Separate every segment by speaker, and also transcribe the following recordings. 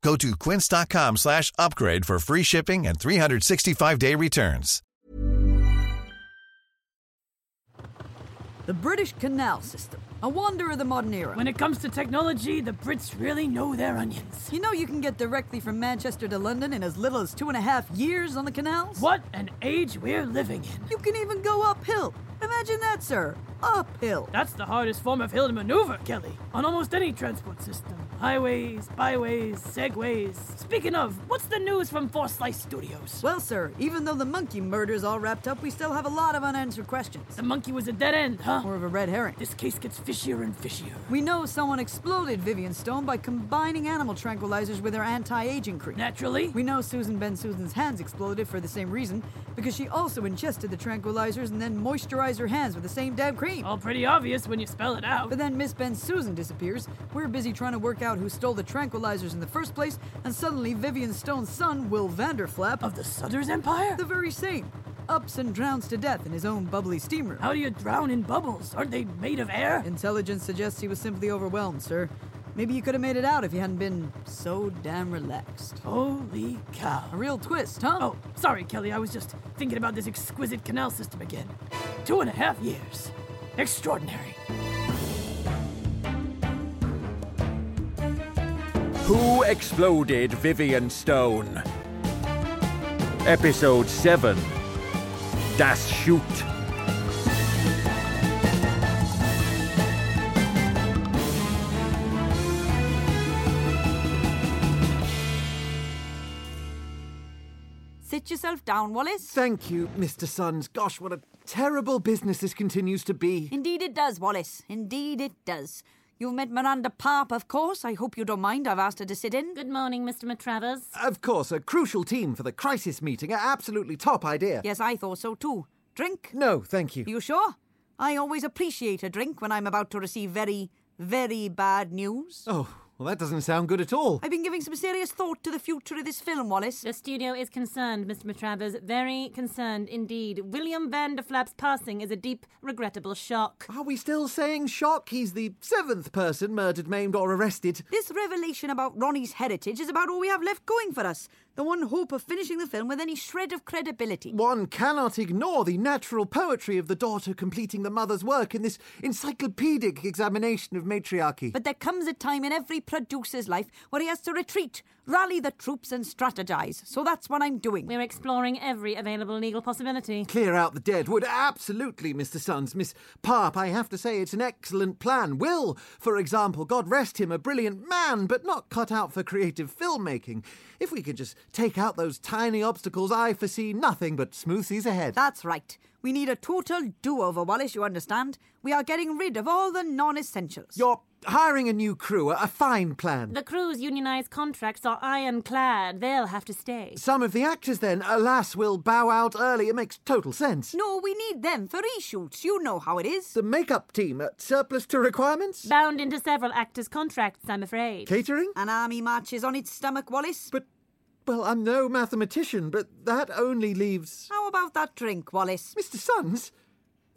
Speaker 1: Go to quince.com slash upgrade for free shipping and 365-day returns.
Speaker 2: The British canal system, a wonder of the modern era.
Speaker 3: When it comes to technology, the Brits really know their onions.
Speaker 2: you know you can get directly from Manchester to London in as little as two and a half years on the canals?
Speaker 3: What an age we're living in.
Speaker 2: You can even go uphill. Imagine that, sir. Uphill.
Speaker 3: That's the hardest form of hill to maneuver, Kelly, on almost any transport system. Highways, byways, segways. Speaking of, what's the news from Forsyth Studios?
Speaker 2: Well, sir, even though the monkey murder's all wrapped up, we still have a lot of unanswered questions.
Speaker 3: The monkey was a dead end, huh?
Speaker 2: More of a red herring.
Speaker 3: This case gets fishier and fishier.
Speaker 2: We know someone exploded Vivian Stone by combining animal tranquilizers with her anti-aging cream.
Speaker 3: Naturally,
Speaker 2: We know Susan Ben Susan's hands exploded for the same reason, because she also ingested the tranquilizers and then moisturized her hands with the same damn cream.
Speaker 3: all pretty obvious when you spell it out.
Speaker 2: But then Miss Ben Susan disappears. We're busy trying to work out who stole the tranquilizers in the first place, and suddenly Vivian Stone's son, Will Vanderflap,
Speaker 3: Of the Sutter's Empire?
Speaker 2: the very same, ups and drowns to death in his own bubbly steam room.
Speaker 3: How do you drown in bubbles? Aren't they made of air?
Speaker 2: Intelligence suggests he was simply overwhelmed, sir. Maybe you could have made it out if you hadn't been so damn relaxed.
Speaker 4: Oh.
Speaker 3: Holy cow.
Speaker 2: A real twist, huh?
Speaker 3: Oh, sorry, Kelly. I was just thinking about this exquisite canal system again. Two and a half years. Extraordinary.
Speaker 5: Who exploded Vivian Stone? Episode 7 Das Shoot.
Speaker 6: Sit yourself down, Wallace.
Speaker 7: Thank you, Mr. Sons. Gosh, what a terrible business this continues to be.
Speaker 6: Indeed it does, Wallace. Indeed it does. You've met Miranda Parp, of course. I hope you don't mind. I've asked her to sit in.
Speaker 8: Good morning, Mr. Matravers.
Speaker 7: Of course, a crucial team for the crisis meeting. An absolutely top idea.
Speaker 6: Yes, I thought so too. Drink?
Speaker 7: No, thank you.
Speaker 6: You sure? I always appreciate a drink when I'm about to receive very, very bad news.
Speaker 7: Oh, well, that doesn't sound good at all.
Speaker 6: I've been giving some serious thought to the future of this film, Wallace.
Speaker 8: The studio is concerned, Mr. Matravers. Very concerned indeed. William Vanderflap's passing is a deep, regrettable shock.
Speaker 7: Are we still saying shock? He's the seventh person murdered, maimed, or arrested.
Speaker 6: This revelation about Ronnie's heritage is about all we have left going for us. The one hope of finishing the film with any shred of credibility.
Speaker 7: One cannot ignore the natural poetry of the daughter completing the mother's work in this encyclopedic examination of matriarchy.
Speaker 6: But there comes a time in every producer's life where he has to retreat, rally the troops, and strategize. So that's what I'm doing.
Speaker 8: We're exploring every available legal possibility.
Speaker 7: Clear out the dead would absolutely, Mr. Sons. Miss Parp, I have to say it's an excellent plan. Will, for example, God rest him, a brilliant man, but not cut out for creative filmmaking. If we could just take out those tiny obstacles, I foresee nothing but smooth seas ahead.
Speaker 6: That's right. We need a total do over, Wallace, you understand? We are getting rid of all the non essentials.
Speaker 7: You're hiring a new crew, a- a fine plan.
Speaker 8: The crew's unionized contracts are ironclad. They'll have to stay.
Speaker 7: Some of the actors, then, alas, will bow out early. It makes total sense.
Speaker 6: No, we need them for reshoots. You know how it is.
Speaker 7: The makeup team, uh, surplus to requirements?
Speaker 8: Bound into several actors' contracts, I'm afraid.
Speaker 7: Catering?
Speaker 6: An army marches on its stomach, Wallace.
Speaker 7: But, well, I'm no mathematician, but that only leaves
Speaker 6: How about that drink, Wallace?
Speaker 7: Mr. Sons,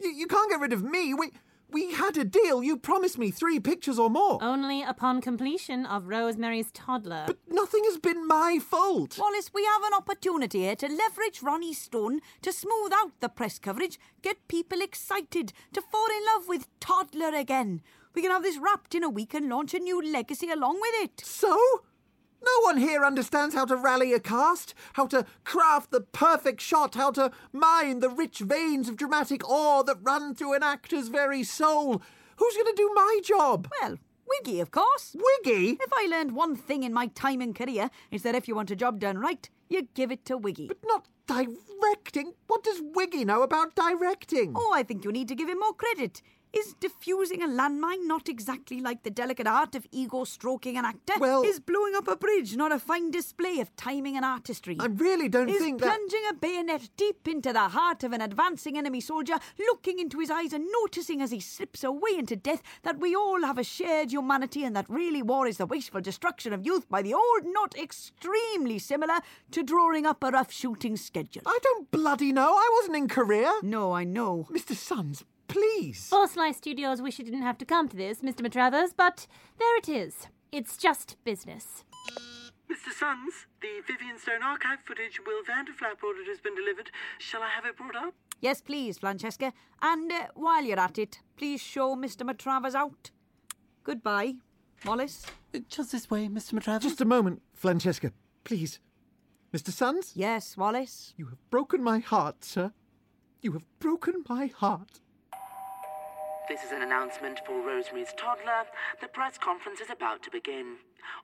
Speaker 7: you, you can't get rid of me. We we had a deal. You promised me three pictures or more.
Speaker 8: Only upon completion of Rosemary's Toddler.
Speaker 7: But nothing has been my fault.
Speaker 6: Wallace, we have an opportunity here to leverage Ronnie Stone to smooth out the press coverage, get people excited, to fall in love with Toddler again. We can have this wrapped in a week and launch a new legacy along with it.
Speaker 7: So? No one here understands how to rally a cast, how to craft the perfect shot, how to mine the rich veins of dramatic awe that run through an actor's very soul. Who's going to do my job?
Speaker 6: Well, Wiggy, of course.
Speaker 7: Wiggy?
Speaker 6: If I learned one thing in my time and career, it's that if you want a job done right, you give it to Wiggy.
Speaker 7: Not directing. What does Wiggy know about directing?
Speaker 6: Oh, I think you need to give him more credit. Is diffusing a landmine not exactly like the delicate art of ego stroking an actor?
Speaker 7: Well-
Speaker 6: is blowing up a bridge not a fine display of timing and artistry?
Speaker 7: I really don't
Speaker 6: is
Speaker 7: think that.
Speaker 6: plunging a bayonet deep into the heart of an advancing enemy soldier, looking into his eyes and noticing as he slips away into death that we all have a shared humanity and that really war is the wasteful destruction of youth by the old not extremely similar to drawing up a rough shooting schedule.
Speaker 7: I don't bloody know. I wasn't in Korea.
Speaker 6: No, I know.
Speaker 7: Mr. Sons, please.
Speaker 9: Horsefly Studios wish you didn't have to come to this, Mr. Matravers, but there it is. It's just business.
Speaker 10: Mr. Sons, the Vivian Stone archive footage Will Vanderflap ordered has been delivered. Shall I have it brought up?
Speaker 6: Yes, please, Francesca. And uh, while you're at it, please show Mr. Matravers out. Goodbye, Wallace.
Speaker 10: Uh, Just this way, Mr. Matravis.
Speaker 7: Just a moment, Francesca, please. Mr. Sons,
Speaker 6: Yes, Wallace.
Speaker 7: you have broken my heart, sir. You have broken my heart.
Speaker 10: This is an announcement for Rosemary's Toddler. The press conference is about to begin.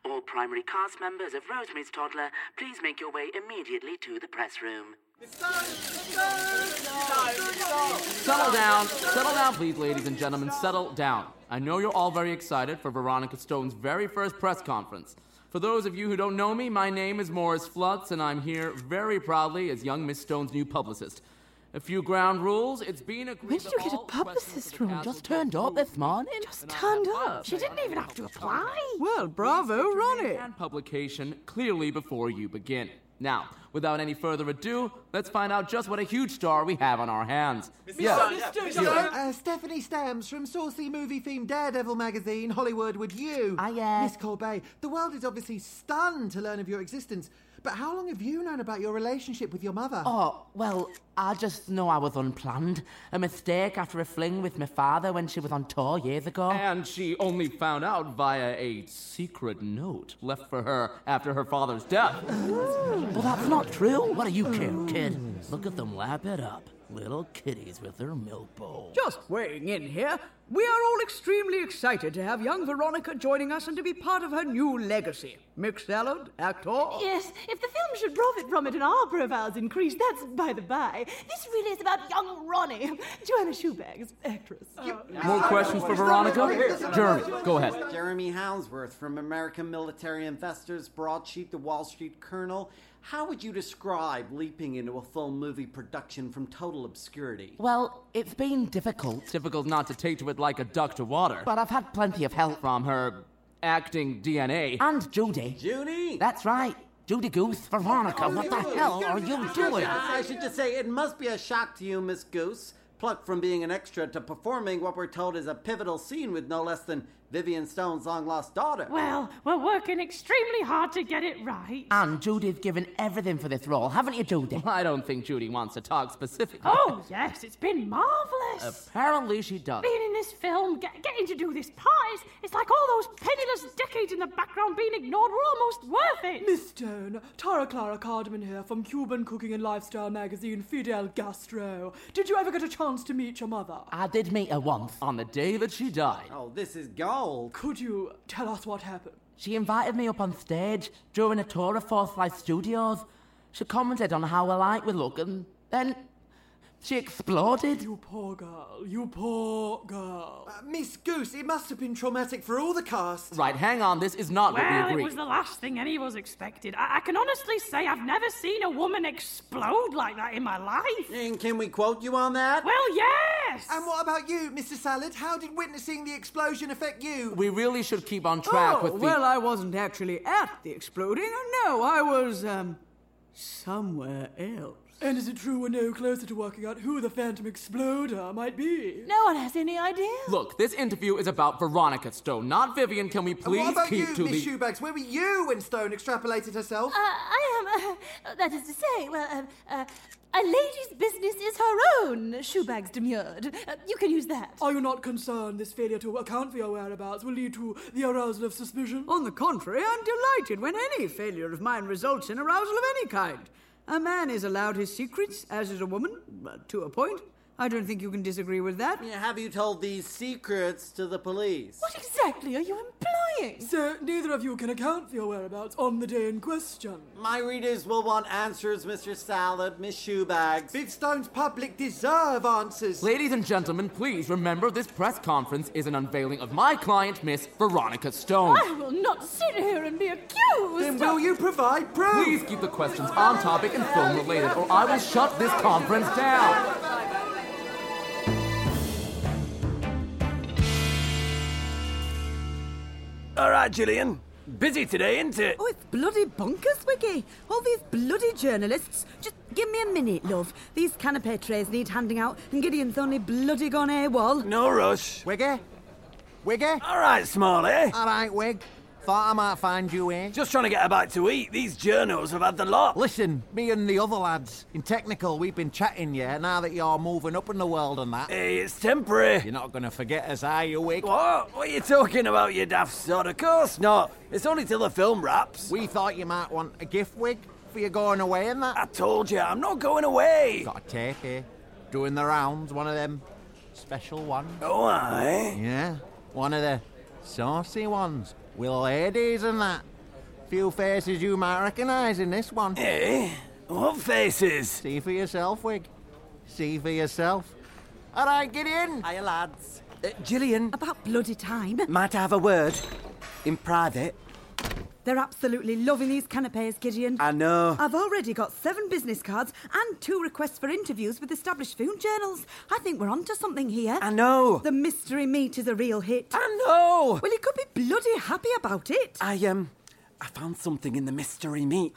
Speaker 10: All primary cast members of Rosemary's Toddler, please make your way immediately to the press room.
Speaker 11: Settle down. Settle down, please, ladies and gentlemen. Settle down. I know you're all very excited for Veronica Stone's very first press conference. For those of you who don't know me, my name is Morris Flutz, and I'm here very proudly as young Miss Stone's new publicist. A few ground rules. It's been agreed.
Speaker 12: When did you
Speaker 11: that
Speaker 12: get a
Speaker 11: all questions
Speaker 12: publicist
Speaker 11: of the
Speaker 12: room?
Speaker 11: cast
Speaker 12: Just
Speaker 11: will go
Speaker 12: turned up
Speaker 11: through
Speaker 12: this morning?
Speaker 11: and
Speaker 12: Just
Speaker 11: I have
Speaker 12: turned
Speaker 11: my
Speaker 12: up.
Speaker 11: say
Speaker 12: She didn't
Speaker 11: on
Speaker 12: even
Speaker 11: the
Speaker 12: have to
Speaker 11: press
Speaker 12: apply.
Speaker 11: conference
Speaker 13: Well, bravo, Ronnie.
Speaker 11: and publication clearly before you begin. Now, without any further ado, let's find out just what a huge star we have on our hands. Yeah.
Speaker 7: Uh, Stephanie Stamps from Saucy Movie Theme Daredevil magazine, Hollywood with you.
Speaker 12: Ah, yeah.
Speaker 7: Miss Corbet, the world is obviously stunned to learn of your existence, but how long have you known about your relationship with your mother?
Speaker 12: Oh, well, I just know I was unplanned. A mistake after a fling with my father when she was on tour years ago.
Speaker 11: And she only found out via a secret note left for her after her father's death.
Speaker 12: well, that's not true. What do you care, kid? Look at them lap it up. Little kitties with their milk bowl.
Speaker 13: Just weighing in here, we are all extremely excited to have young Veronica joining us and to be part of her new legacy. Mixed salad, actor.
Speaker 2: Yes, if the film should profit from it and our profiles increase, that's by the by. This really is about young Ronnie. Joanna Shoebags, actress.
Speaker 11: More questions for Veronica? Jeremy, go ahead.
Speaker 14: Jeremy Hounsworth from American Military Investors, broadsheet The Wall Street Colonel. How would you describe leaping into a full movie production from total obscurity?
Speaker 12: Well, it's been difficult,
Speaker 11: Difficult not to take to it like a duck to water.
Speaker 12: but I've had plenty of help from
Speaker 11: From her acting DNA.
Speaker 12: and Judy.
Speaker 14: Junie!
Speaker 12: That's right. Judy Goose, Veronica, what the hell are you doing?
Speaker 14: I should just say, it must be a shock to you, Miss Goose. Plucked from being an extra to performing what we're told is a pivotal scene with no less than Vivian Stone's long lost daughter.
Speaker 8: Well, we're working extremely hard to get it right.
Speaker 12: And Judy's given everything for this role, haven't you, Judy?
Speaker 11: I don't think Judy wants to talk specifically.
Speaker 8: Oh, yes, it's been marvelous.
Speaker 12: Apparently she does.
Speaker 8: Being in this film, get, getting to do this part, it's, it's like all those penniless decades in the background being ignored were almost worth it.
Speaker 2: Miss Stone, Tara Clara Cardman here from Cuban Cooking and Lifestyle magazine Fidel Gastro. Did you ever get a chance to meet your mother?
Speaker 12: I did meet her once.
Speaker 11: On the day that she died.
Speaker 14: Oh, this is gold.
Speaker 2: Could you tell us what happened?
Speaker 12: She invited me up on stage during a tour of Fourth Life Studios. She commented on how alike we look, and then she exploded.
Speaker 2: You poor girl, you poor girl.
Speaker 7: Uh, Miss Goose, it must have been traumatic for all the cast.
Speaker 11: Right, hang on, this is not what we
Speaker 8: Well, it
Speaker 11: agreed.
Speaker 8: was the last thing any of us expected. I, I can honestly say I've never seen a woman explode like that in my life.
Speaker 14: And can we quote you on that?
Speaker 8: Well, yes!
Speaker 7: And what about you, Mr. Salad? How did witnessing the explosion affect you?
Speaker 11: We really should keep on track with the.
Speaker 13: Oh, well, I wasn't actually at the exploding. Oh, No, I was, um, somewhere else.
Speaker 2: And is it true we're no closer to working out who the Phantom Exploder might be?
Speaker 9: No one has any idea.
Speaker 11: Look, this interview is about Veronica Stone, not Vivian. Can we
Speaker 7: And
Speaker 11: please
Speaker 7: what about
Speaker 11: keep
Speaker 7: you,
Speaker 11: to the?
Speaker 7: Miss Shoebags? Where were you when Stone extrapolated herself?
Speaker 2: Uh, I am. Uh, that is to say, well, um, uh, a lady's business is her own, Shoebags demurred. Uh, you can use that. Are you not concerned this failure to account for your whereabouts will lead to the arousal of suspicion?
Speaker 13: On the contrary, I'm delighted when any failure of mine results in arousal of any kind. A man is allowed his secrets, as is a woman, uh, to a point. I don't think you can disagree with that.
Speaker 2: Have you told these secrets to the police?
Speaker 4: What exactly are you implying? Sir, neither of you can account for your whereabouts on the day in question.
Speaker 2: My readers will want answers, Mr. Salad, Miss Shoebags.
Speaker 15: Bivstone's public deserve answers.
Speaker 11: Ladies and gentlemen, please remember this press conference is an unveiling of my client, Miss Veronica Stone.
Speaker 4: I will not sit here and be accused.
Speaker 15: Oh. Then will you provide proof?
Speaker 11: Please keep the questions on topic and film related, or I will shut this conference down.
Speaker 16: All right, Gillian. Busy today, isn't
Speaker 14: Eh.
Speaker 16: it?
Speaker 6: Oh, it's bloody bonkers, Wiggy. All these bloody journalists. Just give me a minute, love. These canapé trays need handing out, and Gideon's only bloody gone AWOL.
Speaker 16: No rush.
Speaker 6: Wiggy?
Speaker 16: Wiggy? All right, Smalley.
Speaker 6: All right, Wig.
Speaker 15: Thought I might find you here.
Speaker 16: Just trying to get a bite to eat. These journos have had the lot.
Speaker 15: Listen, me and the other lads. In technical, we've been chatting, yeah, now that you're moving up in the world and that.
Speaker 16: Hey, it's temporary.
Speaker 15: You're not going to forget us, are you, Wig?
Speaker 16: What? What are you talking about, you daft sod? Of course not. It's only till the film wraps.
Speaker 15: We thought you might want a gift, Wig, for your going away and that.
Speaker 16: I told you, I'm not going away.
Speaker 15: Got a tape here. Doing the rounds, one of them special ones.
Speaker 16: Oh, aye.
Speaker 15: Yeah, one of the saucy ones. With ladies and that. Few faces you might recognise in this one.
Speaker 16: Eh? What faces?
Speaker 15: See for yourself, Wig. See for yourself. All right, get in.
Speaker 14: Hiya, lads. Uh, Gillian.
Speaker 6: About bloody time.
Speaker 14: Might I have a word? In private.
Speaker 6: They're absolutely loving these canapes, Gideon.
Speaker 14: I know.
Speaker 6: I've already got seven business cards and two requests for interviews with established food journals. I think we're onto something here.
Speaker 14: I know.
Speaker 6: The mystery meat is a real hit.
Speaker 14: I know.
Speaker 6: Well, he could be bloody happy about it.
Speaker 14: I um, I found something in the mystery meat.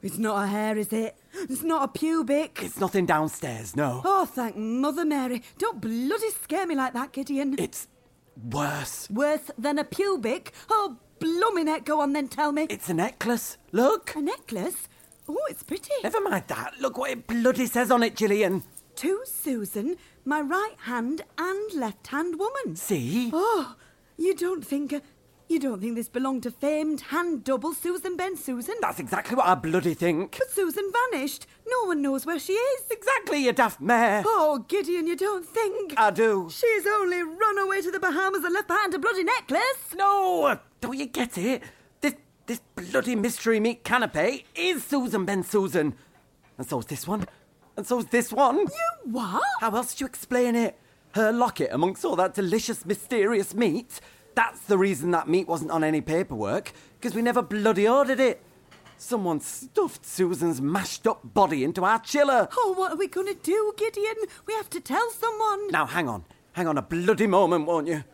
Speaker 6: it's not a hair, is it? It's not a pubic.
Speaker 14: It's nothing downstairs, no.
Speaker 6: Oh, thank Mother Mary. Don't bloody scare me like that, Gideon.
Speaker 14: It's worse.
Speaker 6: Worse than a pubic? Oh, blooming heck, go on then, tell me.
Speaker 14: It's a necklace. Look.
Speaker 6: A necklace? Oh, it's pretty.
Speaker 14: Never mind that. Look what it bloody says on it, Gillian.
Speaker 6: To Susan, my right hand and left hand woman.
Speaker 14: See?
Speaker 6: Oh, you don't think. Uh, you don't think this belonged to famed hand double Susan Ben Susan?
Speaker 14: That's exactly what I bloody think.
Speaker 6: But Susan vanished. No one knows where she is.
Speaker 14: Exactly, you daft mare.
Speaker 6: Oh, Gideon, you don't think.
Speaker 14: I do.
Speaker 6: She's only run away to the Bahamas and left behind a bloody necklace.
Speaker 14: No! Don't you get it? This this bloody mystery meat canapé is Susan Ben Susan. And so's this one. And so's this one.
Speaker 6: You what?
Speaker 14: How else do you explain it? Her locket amongst all that delicious, mysterious meat. That's the reason that meat wasn't on any paperwork, because we never bloody ordered it. Someone stuffed Susan's mashed up body into our chiller.
Speaker 6: Oh, what are we going to do, Gideon? We have to tell someone.
Speaker 14: Now, hang on. Hang on a bloody moment, won't you?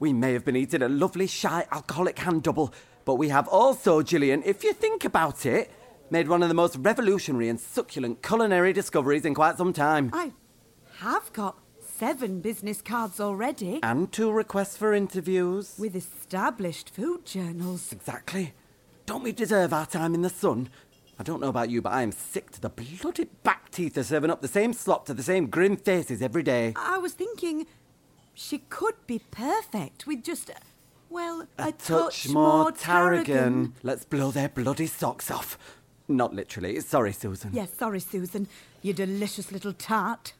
Speaker 14: We may have been eating a lovely, shy, alcoholic hand double, but we have also, Gillian, if you think about it, made one of the most revolutionary and succulent culinary discoveries in quite some time.
Speaker 6: I have got seven business cards already.
Speaker 14: And two requests for interviews.
Speaker 6: With established food journals.
Speaker 14: Exactly. Don't we deserve our time in the sun? I don't know about you, but I am sick to the bloody back teeth of serving up the same slop to the same grim faces every day.
Speaker 6: I was thinking she could be perfect with just, well,
Speaker 14: a, a touch, touch, more, more tarragon. tarragon. Let's blow their bloody socks off. Not literally. Sorry, Susan.
Speaker 6: Yes, sorry, Susan. You delicious little tart.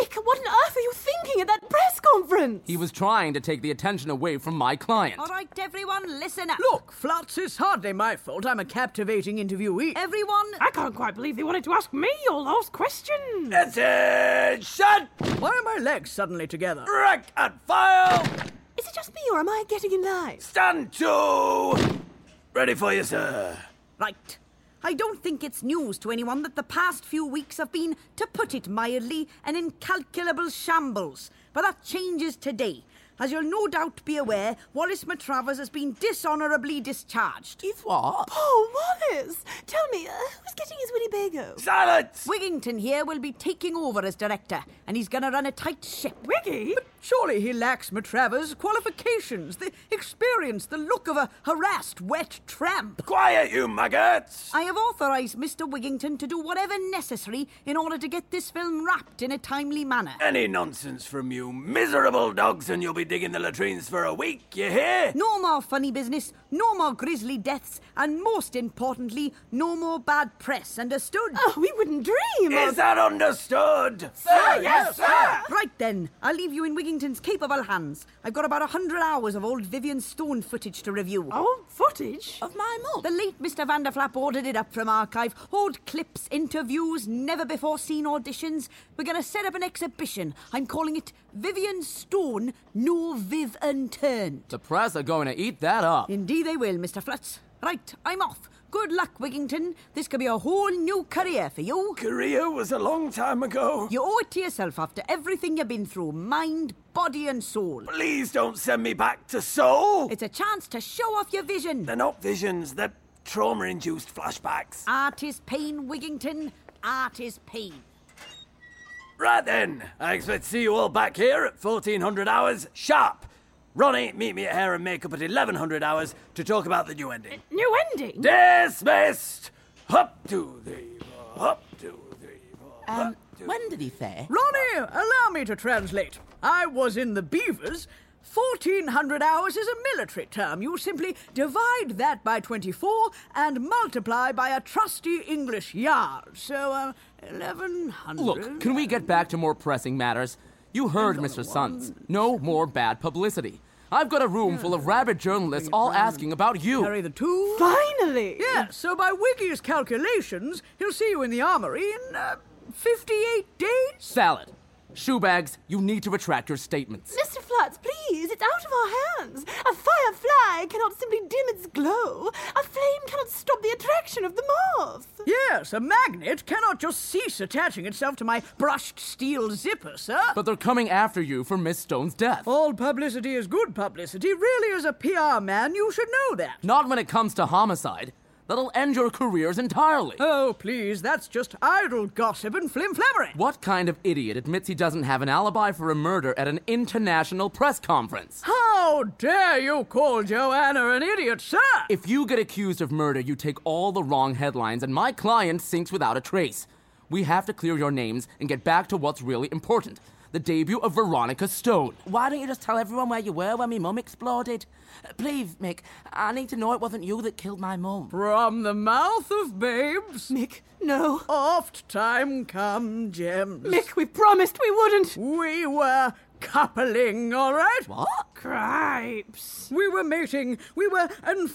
Speaker 4: Mick, what on earth are you thinking at that press conference?
Speaker 11: He was trying to take the attention away from my client.
Speaker 17: All right, everyone, listen up.
Speaker 13: Look, Flats, it's hardly my fault. I'm a captivating interviewee.
Speaker 17: Everyone.
Speaker 3: I can't quite believe they wanted to ask me all those questions.
Speaker 16: Attention!
Speaker 13: Why are my legs suddenly together?
Speaker 16: Rank and file!
Speaker 4: Is it just me, or am I getting in line?
Speaker 16: Stand to! Ready for you, sir.
Speaker 17: Right. I don't think it's news to anyone that the past few weeks have been, to put it mildly, an incalculable shambles. But that changes today. As you'll no doubt be aware, Wallace Matravers has been dishonourably discharged.
Speaker 14: If what?
Speaker 4: Oh, Wallace! Tell me, uh, who's getting his Winnebago?
Speaker 16: Silence!
Speaker 17: Wiggington here will be taking over as director, and he's going to run a tight ship.
Speaker 3: Wiggy?
Speaker 13: But surely he lacks Matravers' qualifications, the experience, the look of a harassed, wet tramp.
Speaker 16: Quiet, you maggots!
Speaker 17: I have authorised Mr. Wigington to do whatever necessary in order to get this film wrapped in a timely manner.
Speaker 16: Any nonsense from you miserable dogs, and you'll be digging the latrines for a week, you hear?
Speaker 17: No more funny business, no more grisly deaths, and most importantly, no more bad press.
Speaker 6: Yes, understood. Oh, we wouldn't dream
Speaker 16: Is that understood?
Speaker 6: Right then, I'll leave you in Wigington's capable hands. I've got about a hundred hours of old Vivian Stone footage to review. Oh, footage? Of my mum. The late Mr Vanderflap ordered it up from archive. Old clips, interviews, never before seen auditions. We're going to set up an exhibition. I'm calling it Vivian Stone, No Viv Unturned.
Speaker 11: The press are going to eat that up.
Speaker 6: Indeed they will, Mr Flutz. Right, I'm off. Good luck, Wigington. This could be a whole new career for you.
Speaker 16: Career was a long time ago.
Speaker 6: You owe it to yourself after everything you've been through mind, body, and soul.
Speaker 16: Please don't send me back to Seoul.
Speaker 6: It's a chance to show off your vision.
Speaker 16: They're not visions, they're trauma induced flashbacks.
Speaker 6: Art is pain, Wigington. Art is pain.
Speaker 16: Right then, I expect to see you all back here at 1400 hours sharp. Ronnie, meet me at Hair and Makeup at 1100 hours to talk about the new ending.
Speaker 3: New ending?
Speaker 16: Dismissed! Up to the. Up to.
Speaker 13: Um, when did he fare? Ronnie, allow me to translate. I was in the Beavers. 1400 hours is a military term. You simply divide that by 24 and multiply by a trusty English yard. So, uh, 1100.
Speaker 11: Look, can we get back to more pressing matters? You heard, Mr. Sons. No more bad publicity. I've got a room full of rabid journalists all asking about you. Harry
Speaker 13: the two?
Speaker 4: Finally!
Speaker 13: Yes, so by Wiggy's calculations, he'll see you in the armory in uh, 58 days?
Speaker 11: Salad. Shoebags, you need to retract your statements.
Speaker 4: Mr. Flutz, please, it's out of our hands. A firefly cannot simply dim its glow. A flame cannot stop the attraction of the moth.
Speaker 13: Yes, a magnet cannot just cease attaching itself to my brushed steel zipper, sir.
Speaker 11: But they're coming after you for Miss Stone's death.
Speaker 13: All publicity is good publicity. Really, as a PR man, you should know that.
Speaker 11: Not when it comes to homicide. That'll end your careers entirely.
Speaker 13: Oh, please, that's just idle gossip and flimflammery.
Speaker 11: What kind of idiot admits he doesn't have an alibi for a murder at an international press conference?
Speaker 13: How dare you call Joanna an idiot, sir?
Speaker 11: If you get accused of murder, you take all the wrong headlines, and my client sinks without a trace. We have to clear your names and get back to what's really important the debut of Veronica Stone.
Speaker 12: Why don't you just tell everyone where you were when my mum exploded? Uh, Please, Mick, I need to know it wasn't you that killed my mum.
Speaker 13: From the mouth of babes.
Speaker 4: Mick, no.
Speaker 13: Oft time come, gems.
Speaker 4: Mick, we promised we wouldn't.
Speaker 13: We were coupling, all right?
Speaker 12: What?
Speaker 13: Cripes. We were mating. We were en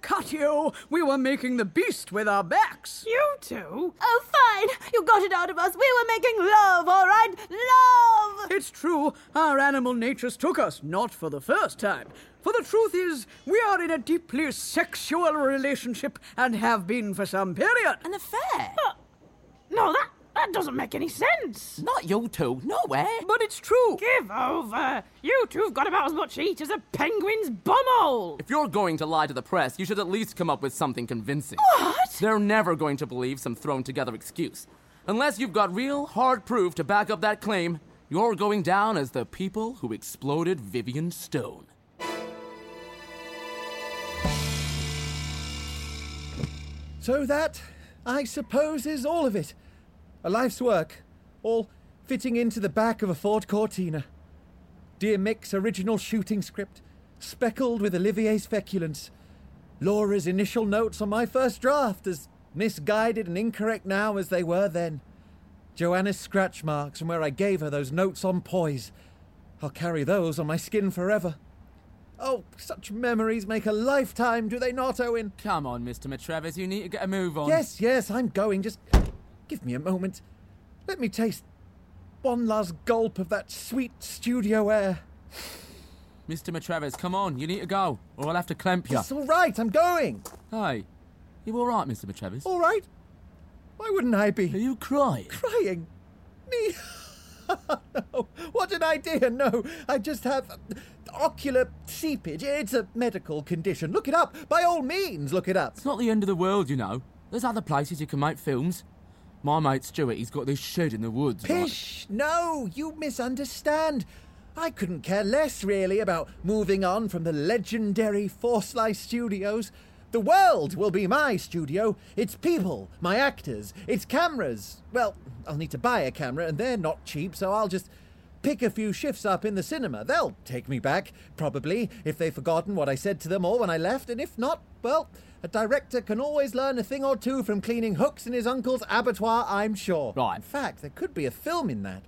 Speaker 13: fornicatio. We were making the beast with our backs.
Speaker 3: You two?
Speaker 4: Oh, fine. You got it out of us. We were making love, all right? Love!
Speaker 13: It's true. Our animal natures took us, not for the first time. For the truth is, we are in a deeply sexual relationship and have been for some period.
Speaker 12: An affair?
Speaker 3: No, that, that doesn't make any sense.
Speaker 12: Not you two. No way.
Speaker 13: But it's true.
Speaker 3: Give over. You two've got about as much heat as a penguin's bumhole.
Speaker 11: If you're going to lie to the press, you should at least come up with something convincing. What? They're never going to believe some thrown together excuse. Unless you've got real hard proof to back up that claim, you're going down as the people who exploded Vivian Stone.
Speaker 7: So that, I suppose, is all of it. A life's work, all fitting into the back of a Ford Cortina. Dear Mick's original shooting script, speckled with Olivier's feculence. Laura's initial notes on my first draft, as misguided and incorrect now as they were then. Joanna's scratch marks from where I gave her those notes on poise. I'll carry those on my skin forever. Oh, such memories make a lifetime, do they not, Owen?
Speaker 11: Come on, Mr. Matrevis, you need to get a move on.
Speaker 7: Yes, yes, I'm going. Just give me a moment. Let me taste one last gulp of that sweet studio air.
Speaker 11: Mr. Matrevis, come on, you need to go, or I'll have to clamp you.
Speaker 7: It's all right, I'm going.
Speaker 11: Hey, you all right, Mr. Matrevis?
Speaker 7: All right? Why wouldn't I be?
Speaker 11: Are you crying?
Speaker 7: Crying? Me? no. What an idea! No, I just have uh, ocular seepage. It's a medical condition. Look it up. By all means, look it up.
Speaker 11: It's not the end of the world, you know. There's other places you can make films. My mate Stuart, he's got this shed in the woods. right?
Speaker 7: Pish! No, you misunderstand. I couldn't care less, really, about moving on from the legendary Forsyth Studios. The world will be my studio. It's people, my actors, it's cameras. Well, I'll need to buy a camera, and they're not cheap, so I'll just pick a few shifts up in the cinema. They'll take me back, probably, if they've forgotten what I said to them or when I left, and if not, well, a director can always learn a thing or two from cleaning hooks in his uncle's abattoir, I'm sure. Right. In fact, there could be a film in that.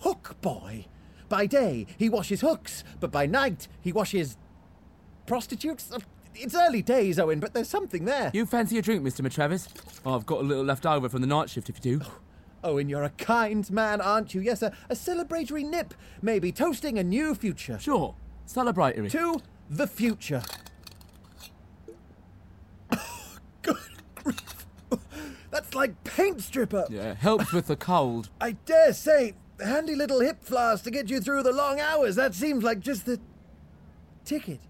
Speaker 7: Hook Boy. By day, he washes hooks, but by night, he washes prostitutes? Uh, It's early days, Owen, but there's something there.
Speaker 11: You fancy a drink, Mr. Matravis? Oh, I've got a little left over from the night shift if you do.
Speaker 7: Oh, Owen, you're a kind man, aren't you? Yes, a, a celebratory nip, maybe, toasting a new future.
Speaker 11: Sure, celebratory.
Speaker 7: To the future. Good grief. That's like paint stripper.
Speaker 11: Yeah, helps with the cold.
Speaker 7: I dare say, handy little hip flask to get you through the long hours. That seems like just the ticket.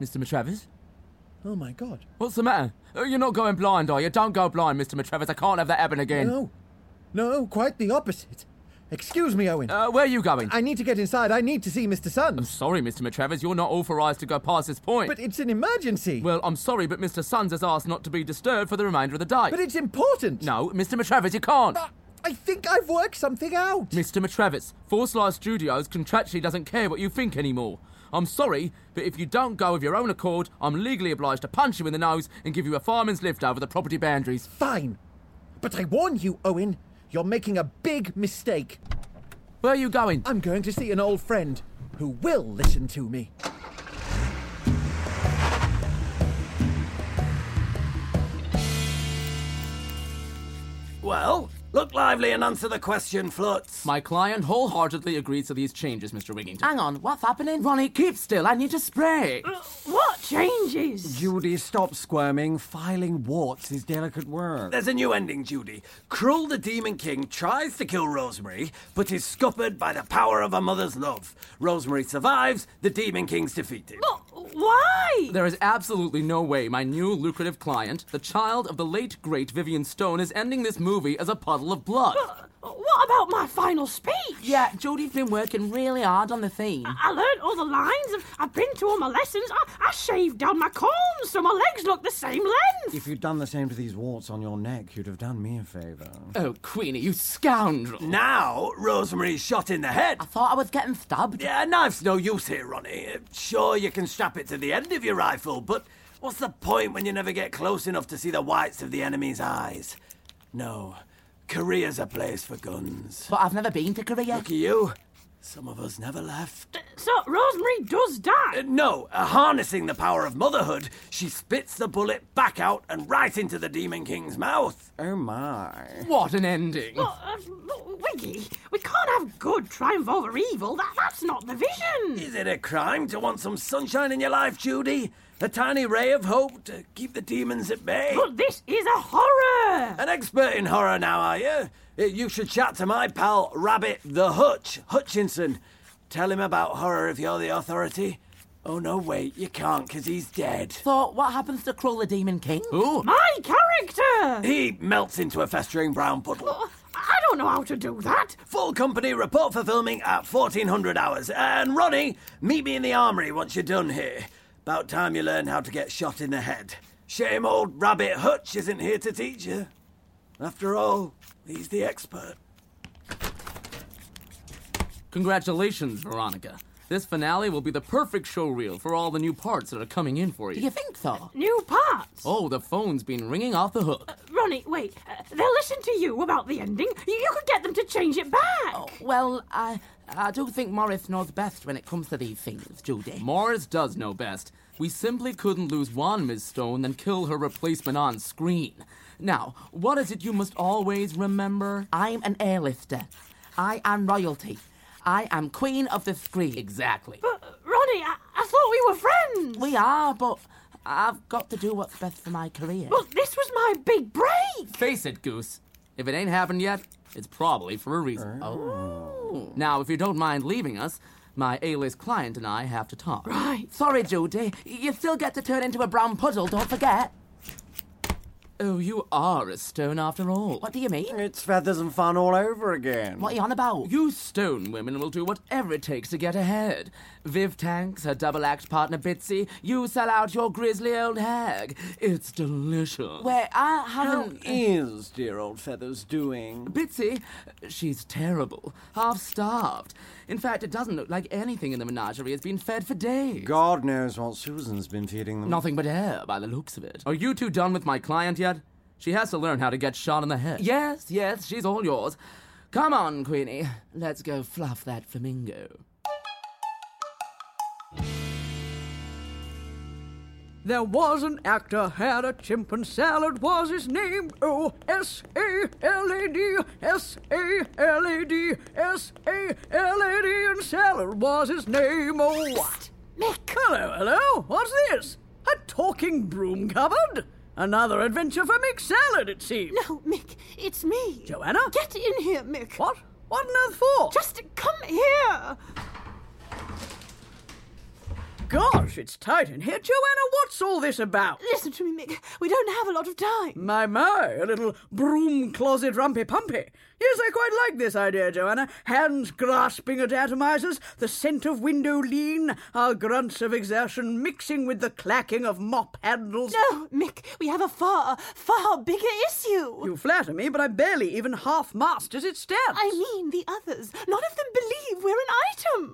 Speaker 11: Mr. Matravis?
Speaker 7: Oh my god.
Speaker 11: What's the matter? Oh, You're not going blind, are you? Don't go blind, Mr. Matravis. I can't have that happen again.
Speaker 7: No. No, quite the opposite. Excuse me, Owen.
Speaker 11: Uh, where are you going?
Speaker 7: I need to get inside. I need to see Mr. Sun. I'm
Speaker 11: sorry, Mr. Matravis. You're not authorised to go past this point.
Speaker 7: But it's an emergency.
Speaker 11: Well, I'm sorry, but Mr. Sons has asked not to be disturbed for the remainder of the day. But
Speaker 7: it's important. Uh,
Speaker 11: No, Mr. Matravis, you can't.
Speaker 7: I think I've worked something out.
Speaker 11: Mr. Matravis, Forsyth Studios contractually doesn't care what you think anymore. I'm sorry, but if you don't go of your own accord, I'm legally obliged to punch you in the nose and give you a fireman's lift over the property boundaries.
Speaker 7: Fine. But I warn you, Owen, you're making a big mistake.
Speaker 11: Where are you going?
Speaker 7: I'm going to see an old friend who will listen to me.
Speaker 16: Well, look lively and answer the question, Flutz.
Speaker 11: My client wholeheartedly agrees to these changes, Mr. Wigington.
Speaker 12: Hang on, what's happening? Ronnie, keep still. I need to spray.
Speaker 3: Uh, What changes?
Speaker 2: Judy, stop squirming. Filing warts is delicate work.
Speaker 16: There's a new ending, Judy. Krull the Demon King tries to kill Rosemary, but is scuppered by the power of her mother's love. Rosemary survives, the Demon King's defeated.
Speaker 11: Uh, Why? There is absolutely no way my new lucrative client, the child of the late great Vivian Stone, is ending this movie as a puddle of blood.
Speaker 3: What about my final speech?
Speaker 12: Yeah, Jodie's been working really hard on the theme.
Speaker 3: I learnt all the lines. I've- I've been to all my lessons. I, I shaved down my combs so my legs look the same length.
Speaker 2: If you'd done the same to these warts on your neck, you'd have done me a favour.
Speaker 11: Oh, Queenie, you scoundrel.
Speaker 16: Now, Rosemary's shot in the head.
Speaker 12: I thought I was getting stabbed.
Speaker 16: Yeah, a knife's no use here, Ronnie. Uh, Sure, you can strap it to the end of your rifle, but what's the point when you never get close enough to see the whites of the enemy's eyes? No, Korea's a place for guns.
Speaker 12: But I've never been to Korea.
Speaker 16: Lucky you, some of us never left.
Speaker 3: Uh, So Rosemary does die.
Speaker 16: Uh, No, uh, harnessing the power of motherhood, she spits the bullet back out and right into the Demon King's mouth.
Speaker 2: Oh my.
Speaker 11: What an ending.
Speaker 3: But, uh, but, Wiggy, we can't have good triumph over evil. That, that's not the vision.
Speaker 16: Is it a crime to want some sunshine in your life, Judy? A tiny ray of hope to keep the demons at bay?
Speaker 3: But this is a horror.
Speaker 16: An expert in horror now, are you? Uh, You should chat to my pal, Rabbit the Hutch, Hutchinson. Tell him about horror if you're the authority. Oh, no, wait, you can't, 'cause he's dead.
Speaker 12: So, what happens to Krull the Demon King?
Speaker 11: Ooh.
Speaker 3: My character.
Speaker 16: He melts into a festering brown puddle.
Speaker 3: Oh, I don't know how to do that.
Speaker 16: Full company report for filming at 1400 hours. And Ronnie, meet me in the armory once you're done here. About time you learn how to get shot in the head. Shame old Rabbit Hutch isn't here to teach you. After all, he's the expert.
Speaker 11: Congratulations, Veronica. This finale will be the perfect showreel for all the new parts that are coming in for
Speaker 12: Do
Speaker 11: you.
Speaker 12: you think so?
Speaker 3: New parts.
Speaker 11: Oh, the phone's been ringing off the hook.
Speaker 3: Ronnie, wait. Uh, they'll listen to you about the ending. You, you could get them to change it back.
Speaker 15: Oh.
Speaker 12: Well, I, I do think Morris knows best when it comes to these things, Judy.
Speaker 11: Morris does know best. We simply couldn't lose one Miss Stone and kill her replacement on screen. Now, what is it you must always remember?
Speaker 12: I'm an airlifter. I am royalty. I am queen of the screen.
Speaker 11: Exactly.
Speaker 3: But, Ronnie, I, I thought we were friends.
Speaker 12: We are, but I've got to do what's best for my career.
Speaker 3: Well, Oh, this was my big break.
Speaker 11: Face it, Goose. If it ain't happened yet, it's probably for a reason. Oh. Now, if you don't mind leaving us, my A-list client and I have to talk.
Speaker 3: Right.
Speaker 12: Sorry, Judy. You still get to turn into a brown puddle, don't forget. Uh, Oh, you are a stone after all. What do you mean?
Speaker 14: It's feathers and fun all over again.
Speaker 12: What are you on about?
Speaker 11: You stone women will do whatever it takes to get ahead. Viv tanks her double act partner Bitsy. You sell out your grisly old hag. It's delicious.
Speaker 12: Where I
Speaker 11: How
Speaker 12: haven't.
Speaker 11: is
Speaker 14: dear old Feathers doing?
Speaker 11: Bitsy, she's terrible, half starved. In fact, it doesn't look like anything in the menagerie has been fed for days.
Speaker 14: God knows what Susan's been feeding
Speaker 12: Mm.
Speaker 14: them.
Speaker 11: Nothing but air, by the looks of it. Are you two done with my client yet? She has to learn how to get shot in the head. Yes, yes, she's all yours. Come on, Queenie. Let's go fluff that flamingo.
Speaker 13: There was an actor had a chimp and salad was his name. Oh, S A L A D, S A L A D, S A L A D, and salad was his name. Oh, what? Mick. Hello, hello. What's this? A talking broom cupboard? Another adventure for Mick Salad, it seems. No, Mick, it's me. Joanna? Get in here, Mick. What? What on earth for? Just come here. Gosh, it's tight in here. Joanna, what's all this about? Listen to me, Mick. We don't have a lot of time. My, my, a little broom closet rumpy pumpy. Yes, I quite like this idea, Joanna. Hands grasping at atomizers, the scent of window lean, our grunts of exertion mixing with the clacking of mop handles. No, Mick, we have a far, far bigger issue. You flatter me, but I'm barely even half masters its steps. I mean the others. None of them believe we're an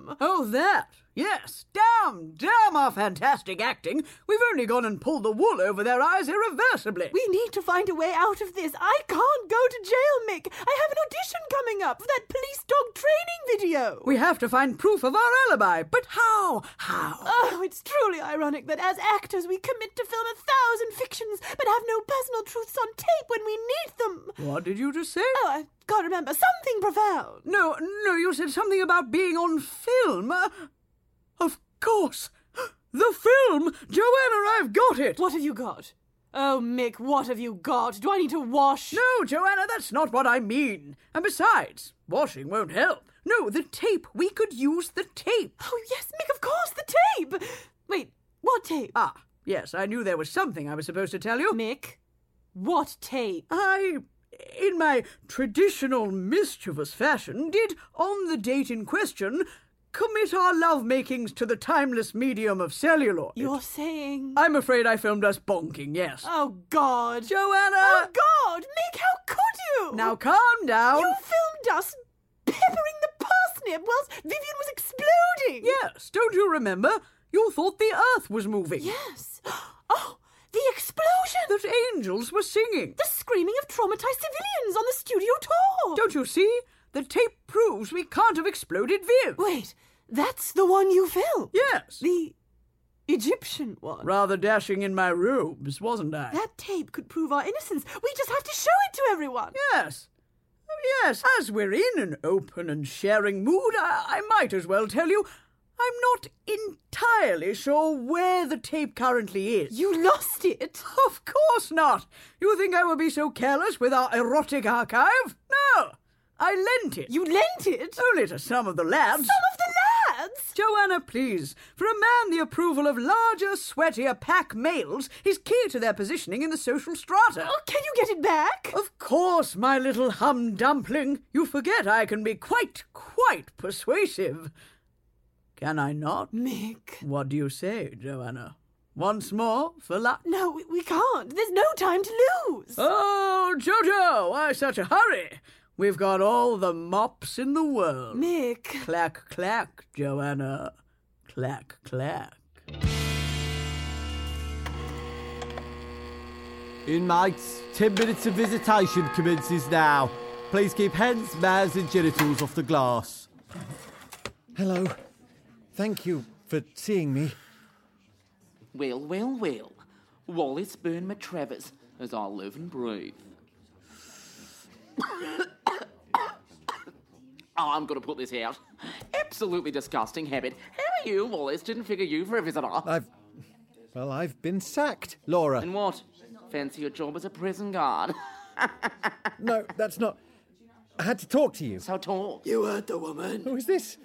Speaker 13: item. Oh, that. Yes, damn, damn our fantastic acting. We've only gone and pulled the wool over their eyes irreversibly.
Speaker 4: We need to find a way out of this. I can't go to jail, Mick. I have an audition coming up for that police dog training video.
Speaker 13: We have to find proof of our alibi. But how? How?
Speaker 4: Oh, it's truly ironic that as actors we commit to film a thousand fictions but have no personal truths on tape when we need them.
Speaker 13: What did you just say?
Speaker 4: Oh, I can't remember. Something profound.
Speaker 13: No, no, you said something about being on film. Uh, of course. The film! Joanna, I've got it!
Speaker 4: What have you got? Oh, Mick, what have you got? Do I need to wash?
Speaker 13: No, Joanna, that's not what I mean. And besides, washing won't help. No, the tape. We could use the tape.
Speaker 4: Oh, yes, Mick, of course, the tape! Wait, what tape?
Speaker 13: Ah, yes, I knew there was something I was supposed to tell you.
Speaker 4: Mick, what tape?
Speaker 13: I, in my traditional mischievous fashion, did, on the date in question, commit our love-makings to the timeless medium of celluloid.
Speaker 4: You're saying.
Speaker 13: I'm afraid I filmed us bonking, yes.
Speaker 4: Oh, God.
Speaker 13: Joanna!
Speaker 4: Oh, God! Mick, how could you?
Speaker 13: Now calm down.
Speaker 4: You filmed us peppering the parsnip whilst Vivian was exploding!
Speaker 13: Yes, don't you remember? You thought the earth was moving.
Speaker 4: Yes. Oh, the explosion!
Speaker 13: That angels were singing.
Speaker 4: The screaming of traumatized civilians on the studio tour!
Speaker 13: Don't you see? The tape proves we can't have exploded Viv.
Speaker 4: Wait, that's the one you filmed?
Speaker 13: Yes.
Speaker 4: The Egyptian one.
Speaker 13: Rather dashing in my robes, wasn't I?
Speaker 4: That tape could prove our innocence. We just have to show it to everyone.
Speaker 13: Yes. Oh, Yes, as we're in an open and sharing mood, I, I might as well tell you I'm not entirely sure where the tape currently is.
Speaker 4: You lost it.
Speaker 13: Of course not. You think I will be so careless with our erotic archive? No. I lent it.
Speaker 4: You lent it?
Speaker 13: Only to some of the lads.
Speaker 4: Some of the lads?
Speaker 13: Joanna, please. For a man, the approval of larger, sweatier pack males is key to their positioning in the social strata.
Speaker 4: Oh, can you get it back?
Speaker 13: Of course, my little humdumpling. You forget I can be quite, quite persuasive. Can I not?
Speaker 4: Mick.
Speaker 13: What do you say, Joanna? Once more for luck?
Speaker 4: No, we- we can't. There's no time to lose.
Speaker 13: Oh, Jojo, why such a hurry? We've got all the mops in the world.
Speaker 4: Mick.
Speaker 13: Clack, clack, Joanna. Clack, clack.
Speaker 16: Inmates, 10 minutes of visitation commences now. Please keep hands, mouths, and genitals off the glass.
Speaker 7: Hello. Thank you for seeing me.
Speaker 12: Well, well, well. Wallace Byrne McTravers, as I live and breathe. Oh, I'm going to put this out. Absolutely disgusting habit. How are you, Wallace? Didn't figure you for a visitor.
Speaker 7: I've. Well, I've been sacked, Laura.
Speaker 12: And what? Fancy your job as a prison guard?
Speaker 7: No, that's not. I had to talk to you.
Speaker 12: So talk.
Speaker 16: You heard the woman.
Speaker 7: Who is this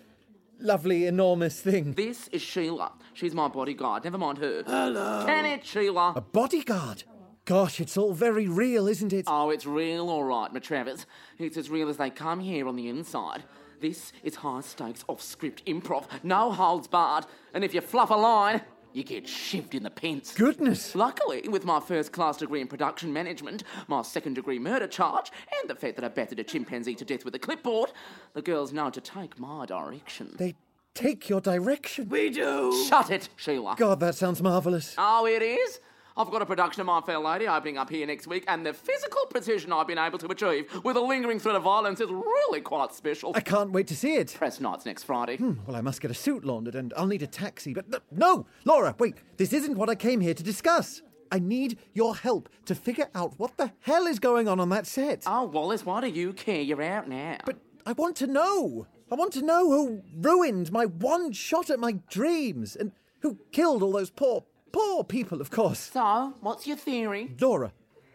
Speaker 7: lovely, enormous thing?
Speaker 12: This is Sheila. She's my bodyguard. Never mind her.
Speaker 16: Hello.
Speaker 12: Can it, Sheila?
Speaker 7: Bodyguard. Gosh, it's all very real, isn't it?
Speaker 11: Oh, it's real, all right, Matravis. It's as real as they come here on the inside. This is high stakes off script improv, no holds barred, and if you fluff a line, you get shivved in the pence.
Speaker 7: Goodness!
Speaker 11: Luckily, with my first class degree in production management, my second degree murder charge, and the fact that I battered a chimpanzee to death with a clipboard, the girls know to take my direction.
Speaker 7: They take your direction.
Speaker 11: We do! Shut it, Sheila.
Speaker 7: God, that sounds marvellous.
Speaker 11: Oh, it is? I've got a production of My Fair Lady opening up here next week, and the physical precision I've been able to achieve with a lingering threat of violence is really quite special.
Speaker 7: I can't wait to see it.
Speaker 11: Press nights next Friday.
Speaker 7: Hmm, well, I must get a suit laundered and I'll need a taxi, but th- no! Laura, wait, this isn't what I came here to discuss. I need your help to figure out what the hell is going on on that set.
Speaker 11: Oh, Wallace, why do you care? You're out now. But
Speaker 7: I want to know. I want to know who ruined my one shot at my dreams and who killed all those poor, poor people, of course.
Speaker 11: So, what's your theory?
Speaker 7: Laura,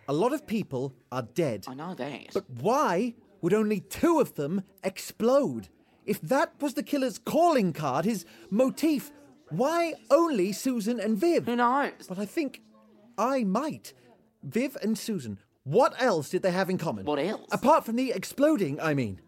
Speaker 7: a lot of people are dead. I
Speaker 11: know that.
Speaker 7: But why would only two of them explode? If that was the killer's calling card, his motif, why only Susan and Viv? Who
Speaker 11: knows?
Speaker 7: But I think I might. Viv and Susan, what else did they have in common?
Speaker 11: What else?
Speaker 7: Apart from the exploding, I mean.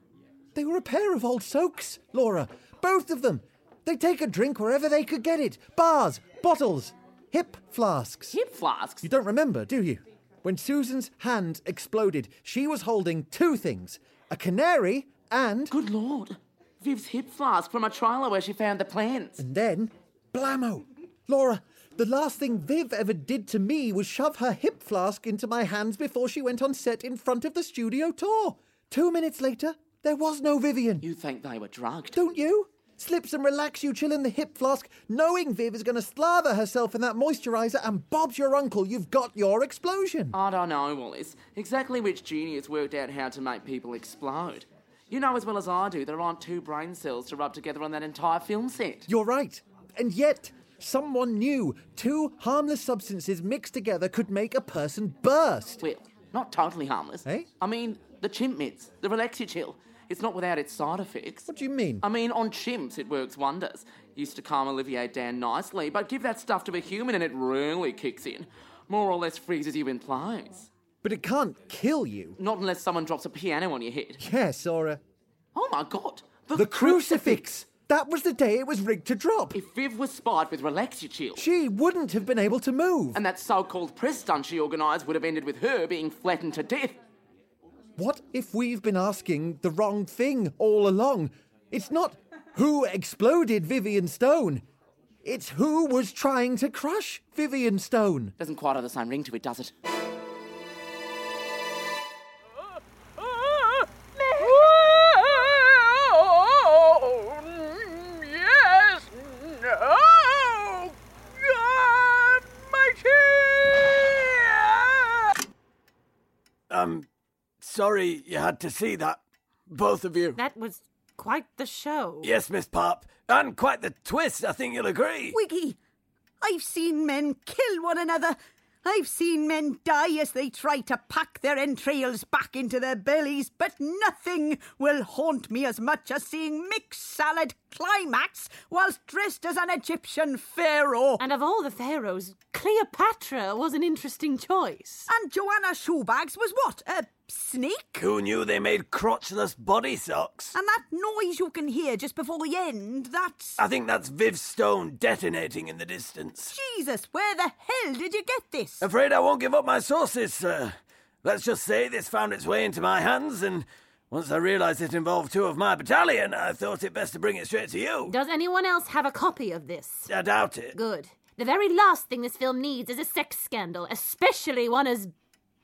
Speaker 7: They were a pair of old soaks, Laura. Both of them. They take a drink wherever they could get it bars, bottles, hip flasks.
Speaker 11: Hip flasks?
Speaker 7: You don't remember, do you? When Susan's hand exploded, she was holding two things a canary and.
Speaker 11: Good Lord. Viv's hip flask from a trailer where she found the plants.
Speaker 7: And then, blammo! Laura, the last thing Viv ever did to me was shove her hip flask into my hands before she went on set in front of the studio tour. Two minutes later, there was no Vivian.
Speaker 11: You think they were drugged?
Speaker 7: Don't you? Slips and relax, you chill in the hip flask, knowing Viv is going to slather herself in that moisturizer, and Bob's your uncle, you've got your explosion.
Speaker 11: I don't know, Wallace. Exactly which genius worked out how to make people explode. You know as well as I do, there aren't two brain cells to rub together on that entire film set.
Speaker 7: You're right. And yet, someone knew two harmless substances mixed together could make a person burst.
Speaker 11: Well, not totally harmless.
Speaker 7: Eh?
Speaker 11: I mean, the chimp meds, the Relaxi-Chill. It's not without its side effects.
Speaker 7: What do you mean?
Speaker 11: I mean, on chimps, it works wonders. Used to calm Olivier down nicely, but give that stuff to a human and it really kicks in. More or less freezes you in place.
Speaker 7: But it can't kill you.
Speaker 11: Not unless someone drops a piano on your head.
Speaker 7: Yes, or a.
Speaker 11: Oh my god! The,
Speaker 7: crucifix! That was the day it was rigged to drop.
Speaker 11: If Viv was spied with Relaxi-Chill,
Speaker 7: She wouldn't have been able to move.
Speaker 11: and that so-called press stunt she organised would have ended with her being flattened to death.
Speaker 7: What if we've been asking the wrong thing all along? It's not who exploded Vivian Stone, it's who was trying to crush Vivian Stone.
Speaker 11: Doesn't quite have the same ring to it, does it?
Speaker 18: Yes, no, Almighty!
Speaker 16: Um, sorry you had to see that. Both of you.
Speaker 8: That was quite the
Speaker 3: Oh.
Speaker 8: show.
Speaker 16: Yes, Miss Pop. And quite the twist, I think you'll agree.
Speaker 6: Wiggy, I've seen men kill one another. I've seen men die as they try to pack their entrails back into their bellies, but nothing will haunt me as much as seeing mixed salad climax whilst dressed as an Egyptian pharaoh.
Speaker 8: And of all the pharaohs, Cleopatra was an interesting choice.
Speaker 6: And Joanna Shoebags was what? A snake?
Speaker 16: Who knew they made crotchless body socks?
Speaker 6: And that noise you can hear just before the end, that's.
Speaker 16: I think that's Viv Stone detonating in the distance.
Speaker 6: Jesus, where the hell did you get this?
Speaker 16: Afraid I won't give up my sources, sir. Let's just say this found its way into my hands, and once I realised it involved two of my battalion, I thought it best to bring it straight to you.
Speaker 8: Does anyone else have a copy of this?
Speaker 16: I doubt it.
Speaker 8: Good. The very last thing this film needs is a sex scandal, especially one as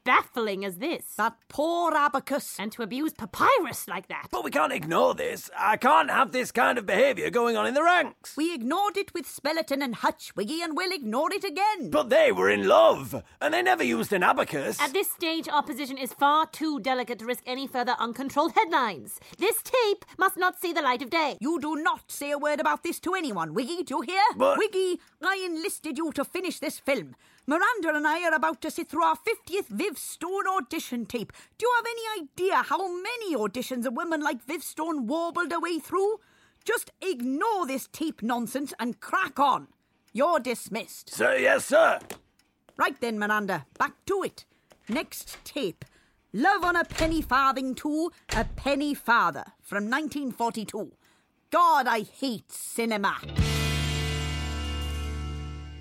Speaker 8: baffling as this.
Speaker 6: That poor abacus.
Speaker 8: And to abuse papyrus like that.
Speaker 16: But we can't ignore this. I can't have this kind of behaviour going on in the ranks.
Speaker 6: We ignored it with Spelleton and Hutch, Wiggy, and we'll ignore it again.
Speaker 16: But they were in love, and they never used an abacus.
Speaker 8: At this stage, our position is far too delicate to risk any further uncontrolled headlines. This tape must not see the light of day.
Speaker 6: You do not say a word about this to anyone, Wiggy, do you hear?
Speaker 8: But-
Speaker 6: Wiggy, I enlisted you to finish this film. Miranda and I are about to sit through our 50th Viv Stone audition tape. Do you have any idea how many auditions a woman like Viv Stone warbled her way through? Just ignore this tape nonsense and crack on. You're dismissed.
Speaker 16: Sir, yes, sir.
Speaker 6: Right then, Miranda, back to it. Next tape. Love on a penny farthing to a penny father from 1942. God, I hate cinema.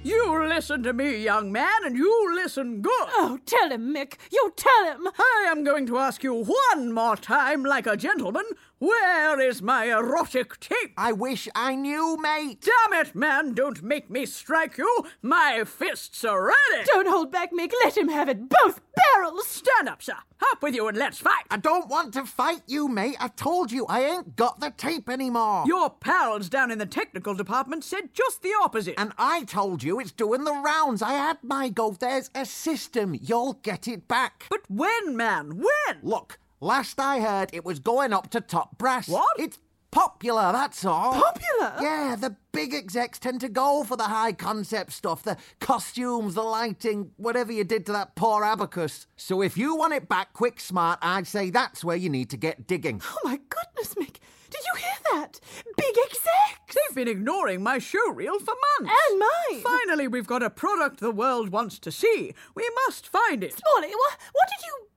Speaker 13: You listen to me, young man, and you listen good. Oh, tell him, Mick. You tell him. I am going to ask you one more time, like a gentleman, where is my erotic tape? I wish I knew, mate. Damn it, man. Don't make me strike you. My fists are ready.
Speaker 4: Don't hold back, Mick. Let him have it. Both barrels.
Speaker 13: Stand up, sir. Up with you and let's fight.
Speaker 14: I don't want to fight you, mate. I told you I ain't got the tape anymore.
Speaker 13: Your pals down in the technical department said just the opposite.
Speaker 14: And I told you it's doing the rounds. I had my go. There's a system. You'll get it back.
Speaker 13: But when, man? When?
Speaker 14: Look, last I heard, it was going up to top brass. What? It's popular, that's all. Popular? Yeah, the big execs tend to go for the high concept stuff the costumes, the lighting, whatever you did to that poor abacus. So if you want it back quick, smart, I'd say that's where you need to get digging.
Speaker 13: Oh, my goodness, Mick. Did you hear that? Big execs! They've been ignoring my showreel for months. And mine! Finally, we've got a product the world wants to see. We must find it.
Speaker 4: Smalley, what, what did you.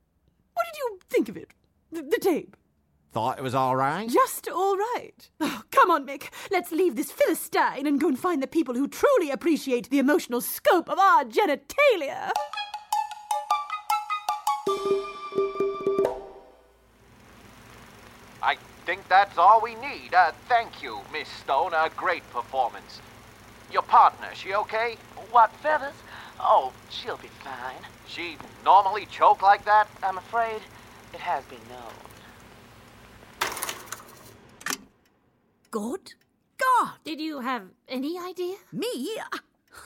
Speaker 4: What did you think of it? The, the tape?
Speaker 14: Thought it was all right?
Speaker 4: Just all right. Oh, come on, Mick. Let's leave this Philistine and go and find the people who truly appreciate the emotional scope of our genitalia.
Speaker 5: I think that's all we need. Uh, thank you, Miss Stone. Uh, A great performance. Your partner, she okay?
Speaker 12: What feathers? Oh, she'll be fine.
Speaker 5: She normally choke like that?
Speaker 12: I'm afraid it has been known.
Speaker 6: Good God!
Speaker 8: Did you have any idea?
Speaker 6: Me?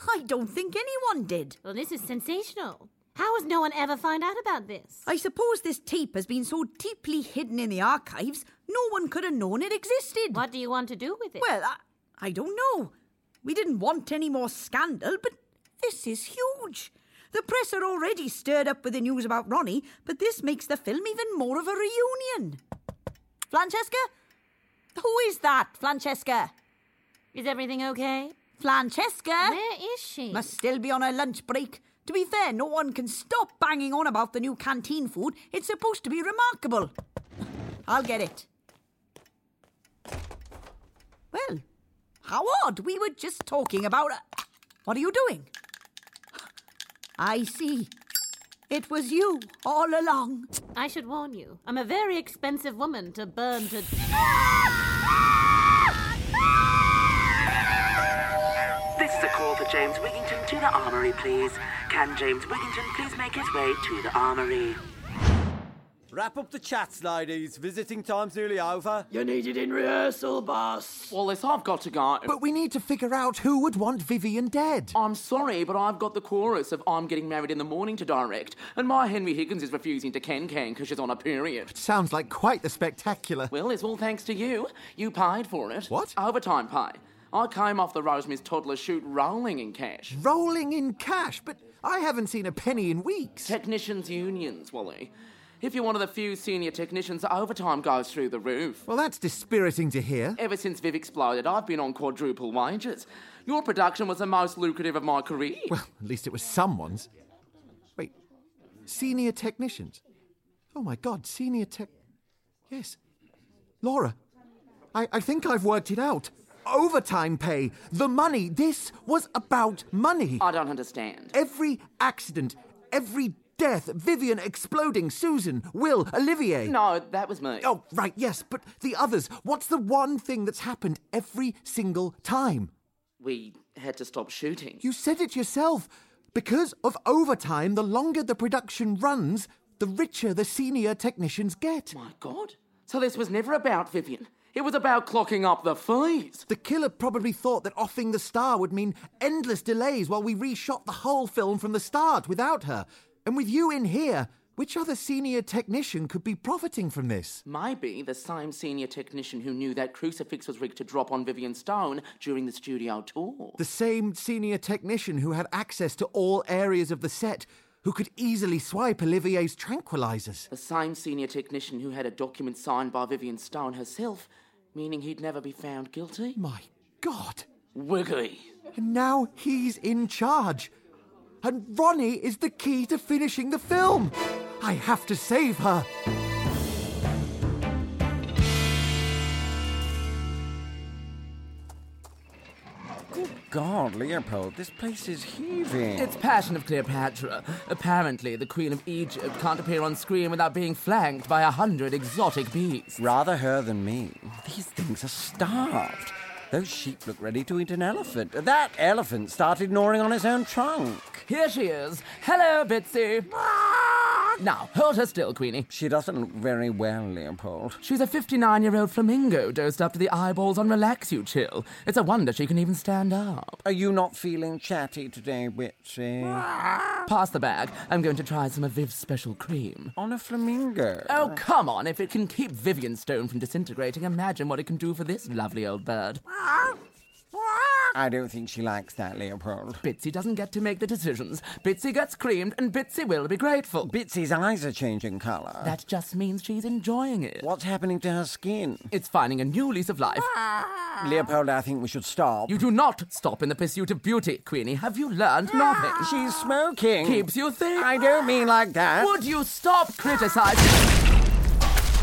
Speaker 6: I don't think anyone did.
Speaker 8: Well, this is sensational. How has no one ever found out about this?
Speaker 6: I suppose this tape has been so deeply hidden in the archives, no one could have known it existed.
Speaker 8: What do you want to do with it?
Speaker 6: Well, I, I don't know. We didn't want any more scandal, but this is huge. The press are already stirred up with the news about Ronnie, but this makes the film even more of a reunion. Francesca? Who is that, Francesca?
Speaker 8: Is everything okay?
Speaker 6: Francesca?
Speaker 8: Where is she?
Speaker 6: Must still be on her lunch break. To be fair, no one can stop banging on about the new canteen food. It's supposed to be remarkable. I'll get it. Well, how odd. We were just talking about. a- What are you doing? I see. It was you all along.
Speaker 8: I should warn you, I'm a very expensive woman to burn to.
Speaker 12: This is a call for James Wigington to the armory, please. Can James Wigington please make his way to the armory?
Speaker 7: Wrap up the chats, ladies. Visiting time's nearly over.
Speaker 11: You need it in rehearsal, boss. Well, listen, I've got to go. uh,
Speaker 14: But we need to figure out who would want Vivian dead.
Speaker 11: I'm sorry, but I've got the chorus of I'm Getting Married in the Morning to direct, and my Henry Higgins is refusing to Ken Can because she's on a period.
Speaker 7: Sounds like quite the spectacular.
Speaker 11: Well, it's all thanks to you. You paid for it. What? Overtime pay. I came off the Rosemary's Toddler shoot rolling in cash.
Speaker 7: Rolling in cash, but I haven't seen a penny in weeks.
Speaker 11: Technicians' unions, Wally. If you're one of the few senior technicians, overtime goes through the roof.
Speaker 7: Well, that's dispiriting to hear.
Speaker 11: Ever since Viv exploded, I've been on quadruple wages. Your production was the most lucrative of my career.
Speaker 7: Well, at least it was someone's. Wait, senior technicians? Oh my god, senior tech. Yes. Laura, I, I think I've worked it out. Overtime pay, the money. This was about money.
Speaker 11: I don't understand.
Speaker 7: Every accident, every death, Vivian exploding, Susan, Will, Olivier.
Speaker 11: No, that was me.
Speaker 7: Oh, right, yes, but the others. What's the one thing that's happened every single time?
Speaker 11: We had to stop shooting.
Speaker 7: You said it yourself. Because of overtime, the longer the production runs, the richer the senior technicians get.
Speaker 11: My God. So this was never about Vivian. It was about clocking up the fees.
Speaker 7: The killer probably thought that offing the star would mean endless delays while we reshot the whole film from the start without her. And with you in here, which other senior technician could be profiting from this?
Speaker 11: Maybe the same senior technician who knew that crucifix was rigged to drop on Vivian Stone during the studio tour.
Speaker 7: The same senior technician who had access to all areas of the set, who could easily swipe Olivier's tranquilizers.
Speaker 11: The same senior technician who had a document signed by Vivian Stone herself, meaning he'd never be found guilty.
Speaker 7: My God.
Speaker 11: Wiggy.
Speaker 7: And now he's in charge. and Ronnie is the key to finishing the film. I have to save her.
Speaker 14: God, Leopold, this place is heaving.
Speaker 11: It's Passion of Cleopatra. Apparently, the Queen of Egypt can't appear on screen without being flanked by a hundred exotic beasts.
Speaker 14: Rather her than me. These things are starved. Those sheep look ready to eat an elephant. That elephant started gnawing on his own trunk.
Speaker 11: Here she is. Hello, Bitsy. Now, hold her still, Queenie.
Speaker 14: She doesn't look very well, Leopold.
Speaker 11: She's a 59 year old flamingo dosed up to the eyeballs on Relax You Chill. It's a wonder she can even stand up.
Speaker 14: Are you not feeling chatty today, Witsy?
Speaker 11: Ah. Pass the bag. I'm going to try some of Viv's special cream.
Speaker 14: On a flamingo.
Speaker 11: Oh, come on. If it can keep Vivian Stone from disintegrating, imagine what it can do for this lovely old bird.
Speaker 14: I don't think she likes that, Leopold.
Speaker 11: Bitsy doesn't get to make the decisions. Bitsy gets creamed, and Bitsy will be grateful.
Speaker 14: Bitsy's eyes are changing colour.
Speaker 11: That just means she's enjoying it.
Speaker 14: What's happening to her skin? Ah.
Speaker 11: It's finding a new lease of life.
Speaker 14: Leopold, I think we should stop.
Speaker 11: You do not stop in the pursuit of beauty, Queenie. Have you learned nothing?
Speaker 14: Ah. She's smoking.
Speaker 11: Keeps you thin.
Speaker 14: I don't mean like that.
Speaker 11: Would you stop criticizing?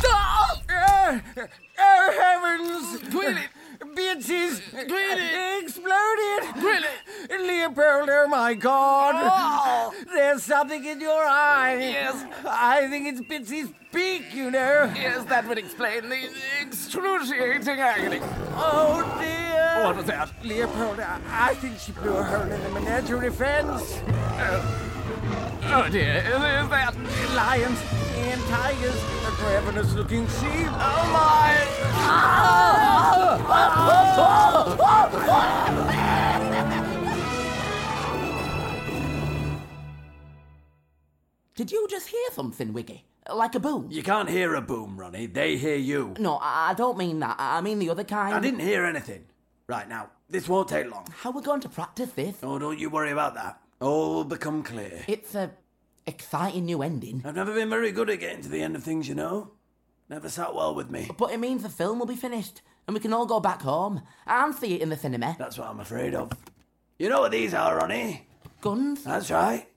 Speaker 14: Oh, oh heavens! Queenie! Bitsy's exploded! Leopold, oh my god!
Speaker 18: Oh.
Speaker 14: There's something in your eye!
Speaker 18: Yes.
Speaker 14: I think it's Bitsy's beak, you know!
Speaker 18: Yes, that would explain the excruciating agony.
Speaker 14: Oh dear!
Speaker 18: What was that?
Speaker 14: Leopold, I, I think she blew a hole in the menagerie fence!
Speaker 18: Oh dear, is, is that
Speaker 14: Lions and tigers, a ravenous looking sheep!
Speaker 18: Oh my!
Speaker 12: Did you just hear something, Wiggy? Like a boom?
Speaker 16: You can't hear a boom, Ronnie. They hear you.
Speaker 12: No, I I don't mean that. I mean the other kind.
Speaker 16: I didn't hear anything. Right now, this won't take long.
Speaker 12: How are we going to practice this?
Speaker 16: Oh, don't you worry about that. All will become clear.
Speaker 12: It's a exciting new ending.
Speaker 16: I've never been very good at getting to the end of things, you know. Never sat well with me.
Speaker 12: But it means the film will be finished, and we can all go back home and see it in the cinema.
Speaker 16: That's what I'm afraid of. You know what these are, Ronnie?
Speaker 12: Guns?
Speaker 16: That's right.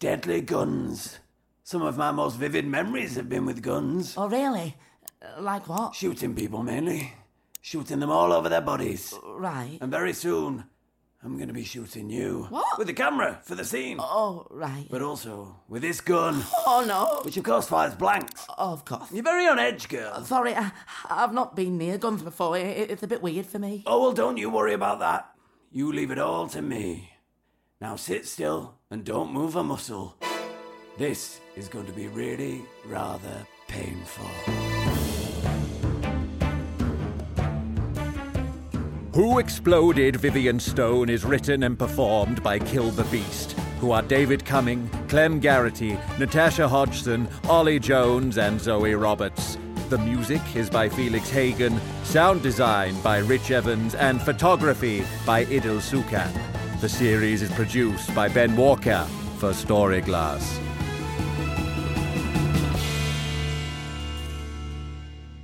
Speaker 16: Deadly guns. Some of my most vivid memories have been with guns.
Speaker 12: Oh, really? Uh, Like what?
Speaker 16: Shooting people mainly. Shooting them all over their bodies.
Speaker 12: Right.
Speaker 16: And very soon, I'm going to be shooting you.
Speaker 12: What?
Speaker 16: With the camera for the scene.
Speaker 12: Oh, right.
Speaker 16: But also with this gun,
Speaker 12: Oh, no.
Speaker 16: which of course fires blanks.
Speaker 12: Oh, Of course.
Speaker 16: You're very on edge, girl.
Speaker 12: Sorry, I, I've not been near guns before. I- I- it's a bit weird for me.
Speaker 16: Oh, well, don't you worry about that. You leave it all to me. Now sit still and don't move a muscle. This is going to be really rather painful.
Speaker 5: Who Exploded Vivian Stone is written and performed by Kill the Beast, who are David Cumming, Clem Garrity, Natasha Hodgson, Ollie Jones, and Zoe Roberts. The music is by Felix Hagen, sound design by Rich Evans, and photography by Idil Sukan. The series is produced by Ben Walker for Storyglass.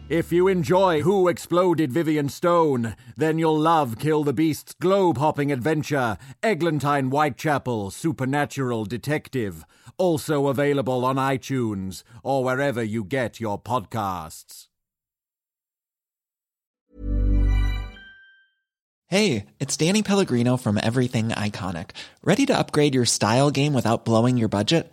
Speaker 5: If you enjoy Who Exploded Vivian Stone, then you'll love Kill the Beast's globe hopping adventure, Eglantine Whitechapel Supernatural Detective, also available on iTunes or wherever you get your podcasts.
Speaker 19: Hey, it's Danny Pellegrino from Everything Iconic. Ready to upgrade your style game without blowing your budget?